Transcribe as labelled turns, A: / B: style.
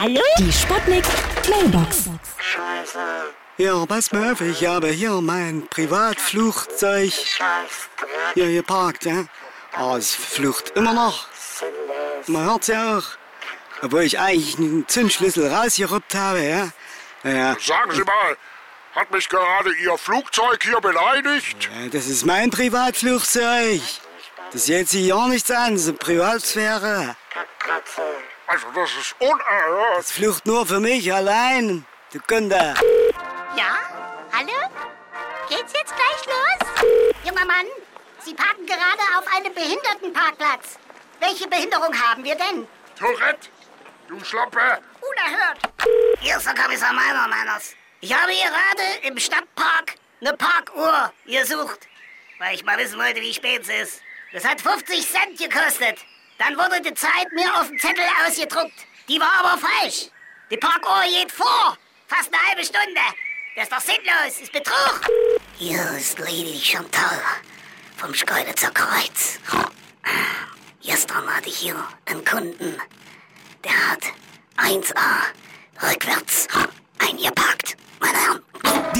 A: Hallo?
B: Die Sputnik Mailbox.
C: Ja, pass mal auf, ich habe hier mein Privatflugzeug hier geparkt, ja. Aber es flucht immer noch. Man hört's ja auch. Obwohl ich eigentlich einen Zündschlüssel rausgeruppt habe, ja. Naja,
D: Sagen Sie mal, hat mich gerade Ihr Flugzeug hier beleidigt?
C: äh, das ist mein Privatflugzeug. Das geht Sie ja nichts an, das ist eine Privatsphäre.
D: Also das ist unerhört.
C: Das flucht nur für mich allein, du Kunde.
A: Ja? Hallo? Geht's jetzt gleich los? Junger Mann, Sie parken gerade auf einem Behindertenparkplatz. Welche Behinderung haben wir denn?
D: Tourette, du Schlappe.
A: Unerhört. Hier ist der Kommissar Meiner, Meiners. Ich habe gerade im Stadtpark eine Parkuhr gesucht, weil ich mal wissen wollte, wie spät es ist. Das hat 50 Cent gekostet. Dann wurde die Zeit mir auf dem Zettel ausgedruckt. Die war aber falsch. Die Parkuhr geht vor. Fast eine halbe Stunde. Das ist doch sinnlos. Ist Betrug. Hier ist Lady Chantal vom Schkeuditzer Kreuz. Gestern hatte ich hier einen Kunden. Der hat 1A rückwärts eingepackt, meine Herren.